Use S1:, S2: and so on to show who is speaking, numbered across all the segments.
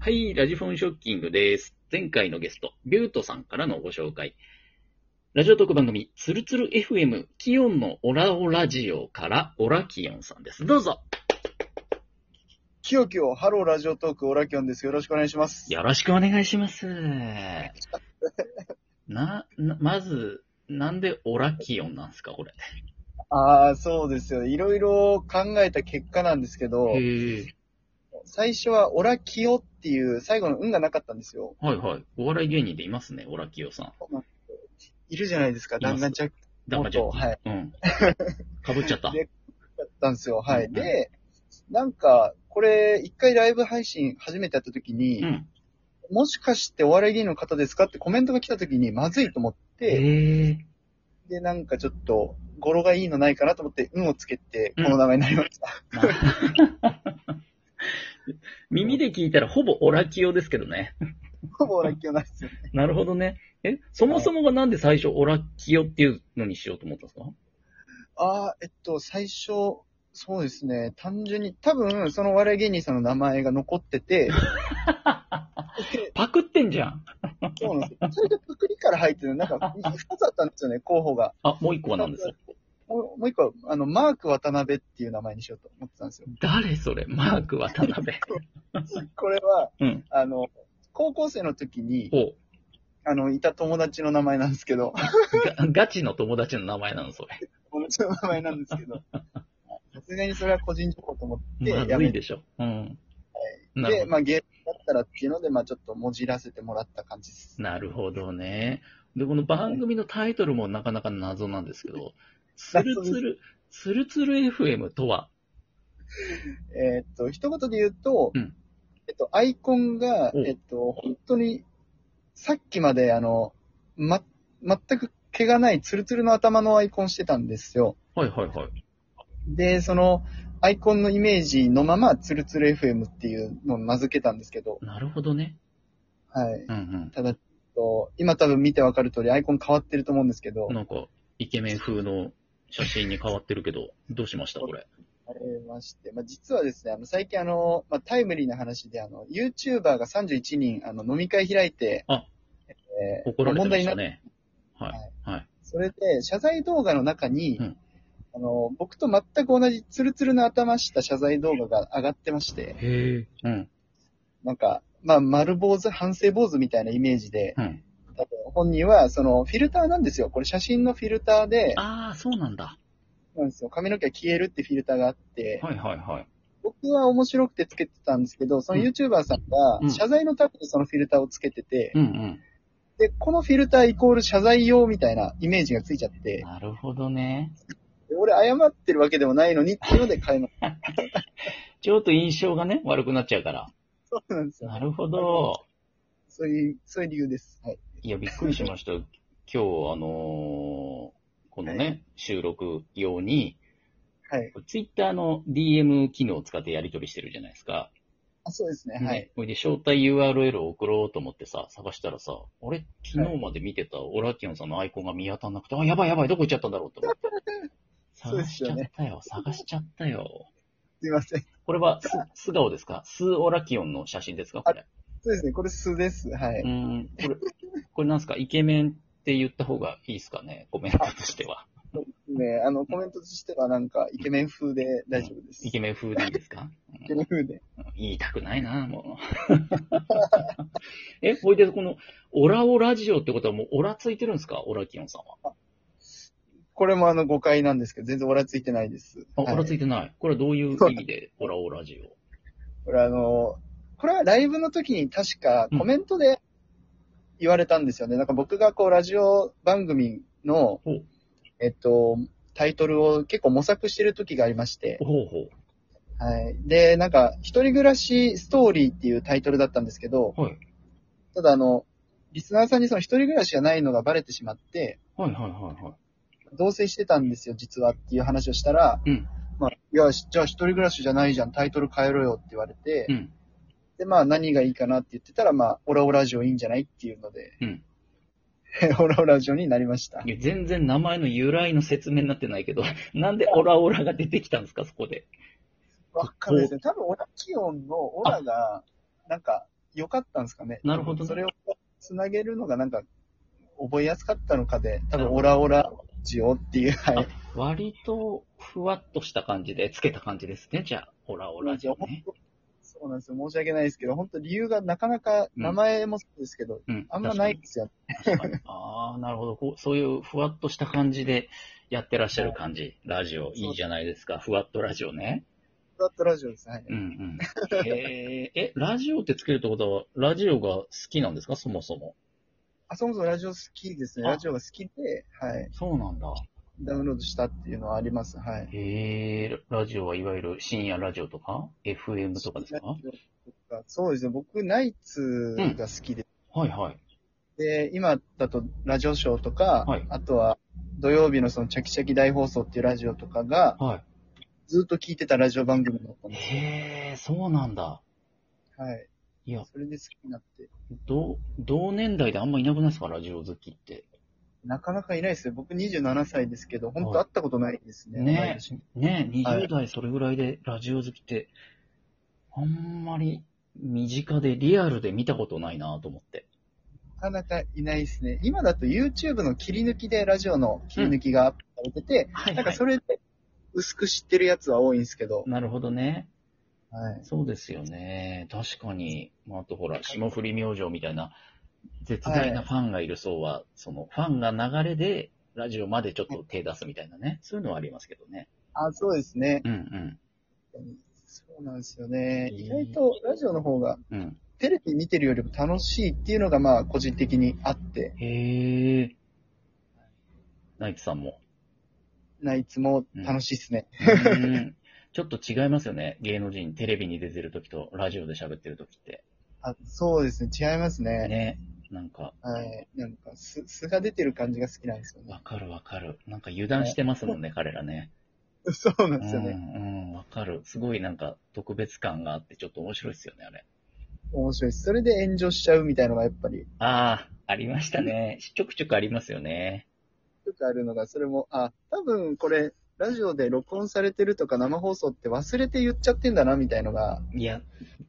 S1: はい、ラジフォンショッキングです。前回のゲスト、ビュートさんからのご紹介。ラジオ特番組、つるつる FM、キヨンのオラオラジオから、オラキヨンさんです。どうぞ
S2: きよきよ、ハローラジオトーク、オラキオンです。よろしくお願いします。
S1: よろしくお願いし ます。な、なまず、なんでオラキヨンなんですか、これ。
S2: ああ、そうですよ。いろいろ考えた結果なんですけど、
S1: へえ。
S2: 最初はオラキオっていう最後の運がなかったんですよ。
S1: はいはい。お笑い芸人でいますね、オラキヨンさん。
S2: いるじゃないですか、
S1: います
S2: だんだんちゃっ
S1: ダマジャッキ
S2: はい
S1: うん。 かぶっちゃった。
S2: でたんですよ。は
S1: う
S2: い。
S1: ん
S2: で、なんか、これ、一回ライブ配信初めてやった時
S1: う
S2: に、
S1: ん。
S2: もしかしてお笑い芸人の方ですかってコメントが来た時にまずいと思って、
S1: へえ。
S2: で、なんかちょっと、語呂がいいのないかなと思って、運をつけて、
S1: うん
S2: この名前になりました。
S1: 耳で聞いたらほぼオラキオですけどね。
S2: ほぼオラキオなんですよ。
S1: なるほどね。え、そもそもがなんで最初オラキオっていうのにしようと思ったんですか
S2: ああ、えっと、最初、そうですね、単純に、多分、そのお笑い芸人さんの名前が残っ てて、
S1: パクってんじゃん。
S2: そうなんですよ。それでパクリから入ってる、なんか、2つあったんですよね、候補が。
S1: あ、もう一個は何ですか
S2: もうもう一個は、あの、マーク渡辺っていう名前にしようと思ってたんですよ。
S1: 誰それマーク渡 辺。
S2: これは、
S1: うん
S2: あの、高校生の時に、
S1: お
S2: あの、いた友達の名前なんですけど、
S1: ガガチの友達の名前なの、それ。
S2: 友達の名前なんですけど、さすがにそれは個人情報と思って、や
S1: まず
S2: め
S1: い
S2: て、
S1: でしょ。うん。なる
S2: で
S1: ほ
S2: まあ、芸人だったらっていうので、まあ、ちょっともじらせてもらった感じです。
S1: ど。なるほどね。で、この番組のタイトルもなかなか謎なんですけど、つるつる、つるつる FM とは、
S2: えーっと、一言で言うと、
S1: うん
S2: えっと、アイコンが、
S1: うん
S2: えっと、本当に、さっきまで、あの、ま、全く毛がないツルツルの頭のアイコンしてたんですよ。
S1: はいはいはい。
S2: で、その、アイコンのイメージのまま、ツルツル FM っていうのを名付けたんですけど、
S1: なるほどね。
S2: はい。
S1: うん
S2: ただ、えっと今多分見てわかる通り、アイコン変わってると思うんですけど
S1: うん。、なんか、イケメン風の写真に変わってるけど、どうしましたこれ。
S2: ありまして、まあ、実はですね、あの、最近あの、まあ、タイムリーな話で、あの、YouTuber が31人、あの、飲み会開いて、
S1: あ
S2: えー
S1: 怒られてました
S2: まあ問題になっ
S1: ね。はい。はい。
S2: それで、謝罪動画の中に、
S1: うん
S2: あの、僕と全く同じツルツルの頭した謝罪動画が上がってまして、
S1: へえ。うん。
S2: なんか、まあ、丸坊主、反省坊主みたいなイメージで、
S1: うん。
S2: 多分本人は、その、フィルターなんですよ。これ写真のフィルターで、
S1: ああ、そうなんだ。
S2: なんですよ。髪の毛が消えるってフィルターがあって、
S1: はいはいはい。
S2: 僕は面白くてつけてたんですけど、その YouTuber さ
S1: う
S2: ん
S1: ん
S2: が、謝罪のためにそのフィルターをつけてて、
S1: うんうん。
S2: で、このフィルターイコール謝罪用みたいなイメージがついちゃって、
S1: なるほどね。
S2: で俺謝ってるわけでもないのにっていうので買いまし
S1: ちょっと印象がね、悪くなっちゃうから。
S2: た。そうなんですよ。
S1: なるほど。
S2: そういう、そういう理由です。はい。
S1: いや、びっくりしました。今日、あのーこの
S2: は
S1: ね、収録用に、
S2: はい。
S1: ツイッターの DM 機能を使ってやり取りしてるじゃないですか。
S2: あ、そうですね。はい
S1: ね。。ほいで、招待 URL を送ろうと思ってさ、探したらさ、俺、昨日まで見てたオラキオンさんのアイコンが見当たんなくて、あ、やばいやばい、どこ行っちゃったんだろうって思って。
S2: そうで
S1: 探し
S2: す
S1: ちゃ
S2: よ
S1: っ
S2: ね
S1: たよ、探しちゃったよ。
S2: すいません。
S1: これはす、素顔ですか素オラキオンの写真ですかこれ。
S2: そうですね。これ素です。は
S1: うー
S2: い。
S1: ん、これ、これなんですかイケメンって言った方がいいですかねコメントとしては。
S2: ね、あの、コメントとしてはなんか、イケメン風で大丈夫です。
S1: イケメン風でいいですか
S2: イケメン風で。
S1: 言いたくないな、も う。え、ほいで、この、オラオラジオってことはもう、オラついてるんですかオラキオンさんは。
S2: これもあの、誤解なんですけど、全然オラついてないです。
S1: あ、オ
S2: はい
S1: ラついてない。これはどういう意味で、オラオラジオ。
S2: これあの、これはライブの時に確かコメントで言われたんですよね。なんか僕がこうラジオ番組の
S1: ほう、
S2: えっと、タイトルを結構模索してる時がありまして、
S1: ほうほ
S2: はい。で、なんか、一人暮らしストーリーっていうタイトルだったんですけど、
S1: はい
S2: ただあの、リスナーさんにその一人暮らしじゃないのがバレてしまって、
S1: う。はいはいはいはい。
S2: 同棲してたんですよ、実はっていう話をしたら、
S1: うん
S2: まあ、いや、じゃあ一人暮らしじゃないじゃん、タイトル変えろよって言われて、
S1: うん。
S2: で、まあ何がいいかなって言ってたら、まあ、オラオラジオいいんじゃないっていうので、
S1: うん。
S2: オラオラジオになりました。
S1: いや、全然名前の由来の説明になってないけど、 なんでオラオラが出てきたんですかそこで。
S2: わかんないですね。多分、オラキオンのオラが、なんか、良かったんですかね。
S1: なるほどね
S2: それをつなげるのがなんか、覚えやすかったのかで、多
S1: なるほ
S2: 分
S1: ど
S2: オラオラジオっていう、はい。
S1: 割と、ふわっとした感じで、つけた感じですね。じゃあ、オラオラジオね。
S2: そうなんですよ。申し訳ないですけど、本当理由がなかなか、
S1: うん
S2: 名前もそうですけど、
S1: うん。
S2: あんまないんですよ。
S1: 確かに。確かにああ、なるほどこう。そういうふわっとした感じでやってらっしゃる感じ。ラジオ、いいじゃないですか。ふわっとラジオね。
S2: フラットラジオです。はい。
S1: うんうん。へえ、え、ラジオってつけるってことは、ラジオが好きなんですかそもそも。
S2: あ、そもそもラジオ好きですね。
S1: あ
S2: ラジオが好きで、はい。
S1: そうなんだ。
S2: ダウンロードしたっていうのはあります。はい。
S1: へえ、ラジオはいわゆる深夜ラジオとか ?FM とかですか
S2: そうですね。僕、ナイツが好きで、
S1: はいはい。
S2: で、今だとラジオショーとか、
S1: はい
S2: あとは土曜日のそのチャキチャキ大放送っていうラジオとかが、
S1: は
S2: ずっと聞いてたラジオ番組だったん
S1: い。
S2: です。
S1: へえ、そうなんだ。
S2: はい。
S1: いや、
S2: それで好きになって。
S1: 同、同年代であんまいなくないですかラジオ好きって。
S2: なかなかいないですよ。僕27歳ですけど、本当
S1: はい
S2: 会ったことないですね。
S1: ねえ
S2: 同い年
S1: ねえ、
S2: は
S1: 20
S2: い
S1: 代それぐらいでラジオ好きって、あんまり身近でリアルで見たことないなと思って。
S2: なかなかいないですね。今だと YouTube の切り抜きでラジオの切り抜きがアップされてて、
S1: はい
S2: な
S1: は
S2: んか
S1: い。
S2: それで薄く知ってるやつは多いんですけど、
S1: なるほどね。
S2: はい。
S1: そうですよね。確かに。まあ、あとほら、霜降り明星みたいな、絶大なファンがいる層は、その、ファンが流れで、ラジオまでちょっと手出すみたいなね。そういうのはありますけどね。
S2: あ、そうですね。
S1: うんうん。
S2: そうなんですよね。
S1: うん
S2: 意外とラジオの方が
S1: うん。
S2: テレビ見てるよりも楽しいっていうのがまあ個人的にあって、
S1: へえ。ナイツさん も。
S2: ナイツも楽しいですね。
S1: うんちょっと違いますよね。芸能人、テレビに出てる時と、ラジオで喋ってる時って。
S2: あそうですね、違いますね。
S1: ね。なんか、
S2: はい。なんか素、素が出てる感じが好きなんですよね
S1: わ。かるわかる。なんか油断してますもんね、彼らね。
S2: そうな
S1: う
S2: んですよね。
S1: ん、うん、わかる。すごいなんか特別感があって、ちょっと面白いですよね、あれ。
S2: 面白いです。それで炎上しちゃうみたいのがやっぱり、
S1: ああ、ありましたね。ちょくちょくありますよね。
S2: よくあるのが、それも、あ、多分これ、ラジオで録音されてるとか生放送って忘れて言っちゃってんだなみたいのが、
S1: いや、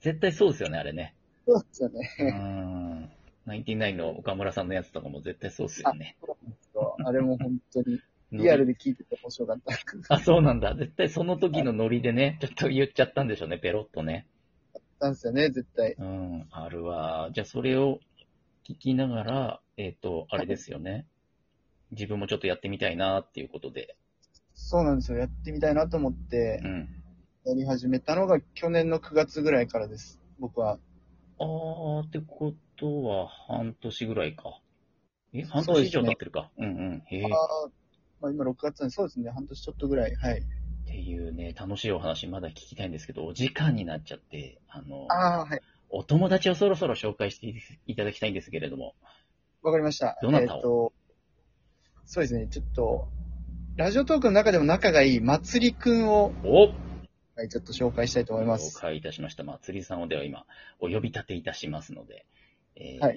S1: 絶対そうですよね、あれ ね。
S2: そうですよね。
S1: うん。ナインティナインの岡村さんのやつとかも絶対そうですよね。
S2: あれも本当 に、リアルで聞いてて面白かった。
S1: あ、そうなんだ。絶対その時のノリでね、ちょっと言っちゃったんでしょうね、ペロッとね。
S2: なんですよね、絶対。
S1: うん、あるわ。じゃあ、それを聞きながら、えっ、と、あれですよね。自分もちょっとやってみたいなっていうことで。
S2: そうなんですよ。やってみたいなと思って
S1: う、ん。
S2: やり始めたのが去年の9月ぐらいからです。僕は。
S1: あー、ってことは、半年ぐらいか。え、半
S2: そう
S1: 年
S2: で
S1: 以
S2: す
S1: 上
S2: ね
S1: 経ってるか。うんうん。へえ。
S2: あ
S1: っ
S2: ーまあ、今6月なんで、そうですね、半年ちょっとぐらい。はい。
S1: ていうね、楽しいお話、まだ聞きたいんですけど、お時間になっちゃって、あの、
S2: ああー、はい。
S1: お友達をそろそろ紹介していただきたいんですけれども。
S2: わかりました。
S1: どなたを
S2: えっと、そうですね、ちょっと、ラジオトークの中でも仲がいい、まつりくんを、
S1: お
S2: はい、ちょっと紹介したいと思いま
S1: 紹
S2: す。
S1: 介いたしました。まあ、釣りさんをでは今、お呼び立ていたしますので、えー
S2: は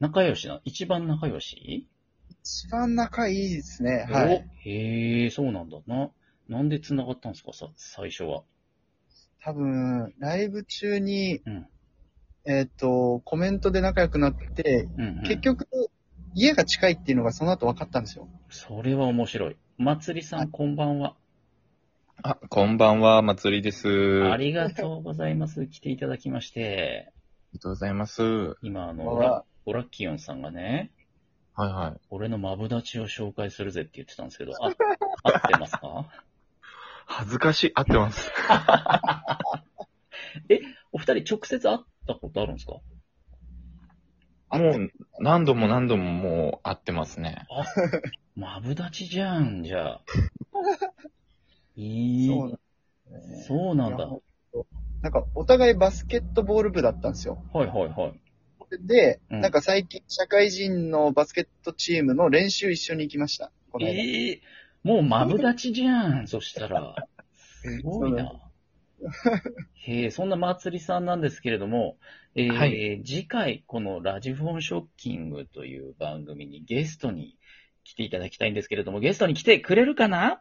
S1: 仲良しな、一番仲良し
S2: 一番仲いいですね。はい。。
S1: おへえ、そうなんだな。なんで繋がったんですか、さ、最初は。
S2: 多分、ライブ中に、
S1: うん
S2: えっと、コメントで仲良くなって、
S1: うん、うん。
S2: 結。局、家が近いっていうのがその後分かったんですよ。
S1: それは面白い。まつりさ
S2: は
S1: ん、こんばんは。
S3: あ、こんばんは、まつりです。
S1: あ
S3: あり
S1: りがとうござい ます。来ていただきまして。
S3: がとうございます。はい
S1: 今、あの、
S2: こん
S1: オ
S2: ばん
S1: ラ
S2: は、
S1: オラッキオンさんがね、
S3: はい。
S1: 俺のマブダチを紹介するぜって言ってたんですけど、 あ、合ってますか
S3: 恥ずかしい、合ってます。
S1: お二人直接会ったことあるんですか
S2: あ
S3: もう、何度も何度ももう合ってますね。
S1: あ、マブダチじゃん、じ ゃあ。いい。
S2: そう
S1: そ
S2: な
S1: うんなん
S2: ですね
S1: だ。
S2: い
S1: は
S2: やなんか、お互いバスケットボール部だったんですよ。
S1: いはいはい。
S2: で、
S1: うん
S2: なんか最近、社会人のバスケットチームの練習一緒に行きました。この間
S1: ええもうマブダチじゃん、そ したら。すごいな。 へえ、そんなまつりさんなんですけれども、えー
S3: は
S1: 次回、このラジフォンショッキングという番組にゲストに来ていただきたいんですけれども、ゲストに来てくれるかな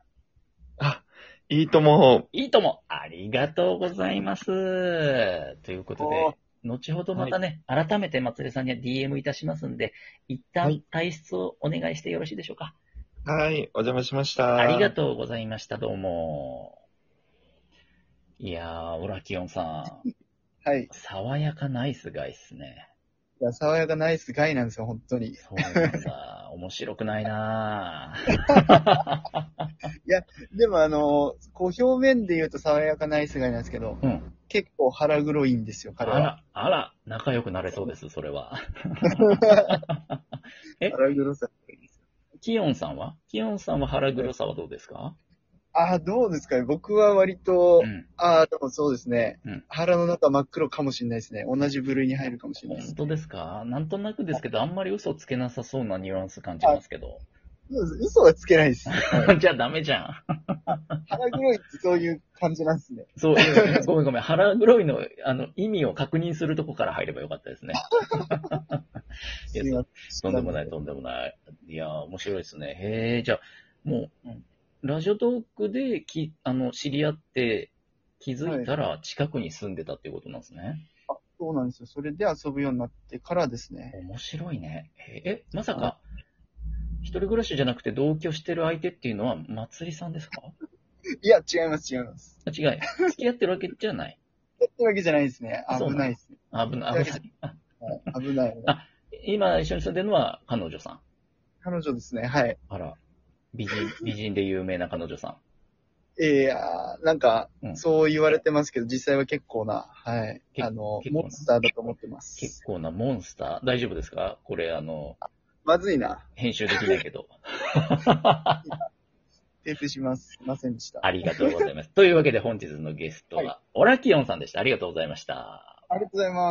S3: あ、いいとも。
S1: いいとも、ありがとうございます。ということ
S2: おー
S1: で、後ほどまたね、改めて松江さんには DM いたしますんで、一
S3: は
S1: 旦
S3: い
S1: 退出をお願いしてよろしいでしょうか。
S3: はい、お邪魔しました。
S1: ありが
S3: と
S1: とうございました、どうも。いやー、オラキオンさん、
S2: はい。い
S1: 爽やかナイスガイっすね。
S2: や、爽やかナイスガイなんですよ、本当に。い
S1: そうなんだ、面白くないなー
S2: や、でもあの、こう表面で言うと爽やかナイスガイなんですけど、
S1: うん
S2: 結構腹黒いんですよ、
S1: あ
S2: 彼は。
S1: ら、あら、仲良くなれそうです、それは。え
S2: 腹黒さ。
S1: キヨンさんはキヨンさんは腹黒さはどうですか
S2: ああ、どうですかね。僕は割と、
S1: うん。
S2: ああ、でもそうですね。
S1: うん
S2: 腹の中真っ黒かもしれないですね。同じ部類に入るかもしれないです
S1: 本。当ですかなんとなくですけど、あんまり嘘つけなさそうなニュアンス感じますけど。
S2: 嘘はつけないです。
S1: じゃあダメじゃん。
S2: 腹黒いってそういう感じなんですね。
S1: そう、いやいやごめんごめん。腹黒いの、あの、意味を確認するとこから入ればよかったですね。いや
S2: すいませ
S1: とんでもない、とんでもない。いやー、面白いですね。へえ、じゃあ、もう、ラジオトークでき、あの、知り合って、気づいたら近くに住んでたっていうことなんですね。
S2: そうなんですよ。それで遊ぶようになってからですね。
S1: 面白いね。え、えまさか、一人暮らしじゃなくて同居してる相手っていうのは、まつりさんですか
S2: いや、違います、違います。
S1: あ違い。付き合ってるわけじゃない。
S2: やってるわけじゃないですね。
S1: あそうな
S2: 危
S1: ん
S2: ないですね。
S1: 危ない、危ない。あ
S2: はい危ない。
S1: あ今一緒に住んでるのは彼女さん。
S2: 彼女ですね。はい。
S1: あら、美人、美人で有名な彼女さん。
S2: ええあーなんか
S1: う、ん
S2: そう言われてますけど、実際は結構な、はい。
S1: け
S2: あの、
S1: 結構な
S2: モンスターだと思ってます。
S1: 結構なモンスター。大丈夫ですかこれ、あの、
S2: まずいな。
S1: 編集できないけど。
S2: テープします。ませんでした。
S1: ありがとうございます。というわけで本日のゲストは、オラキオンさんでした。ありがとうございました。
S2: ありがとうございます。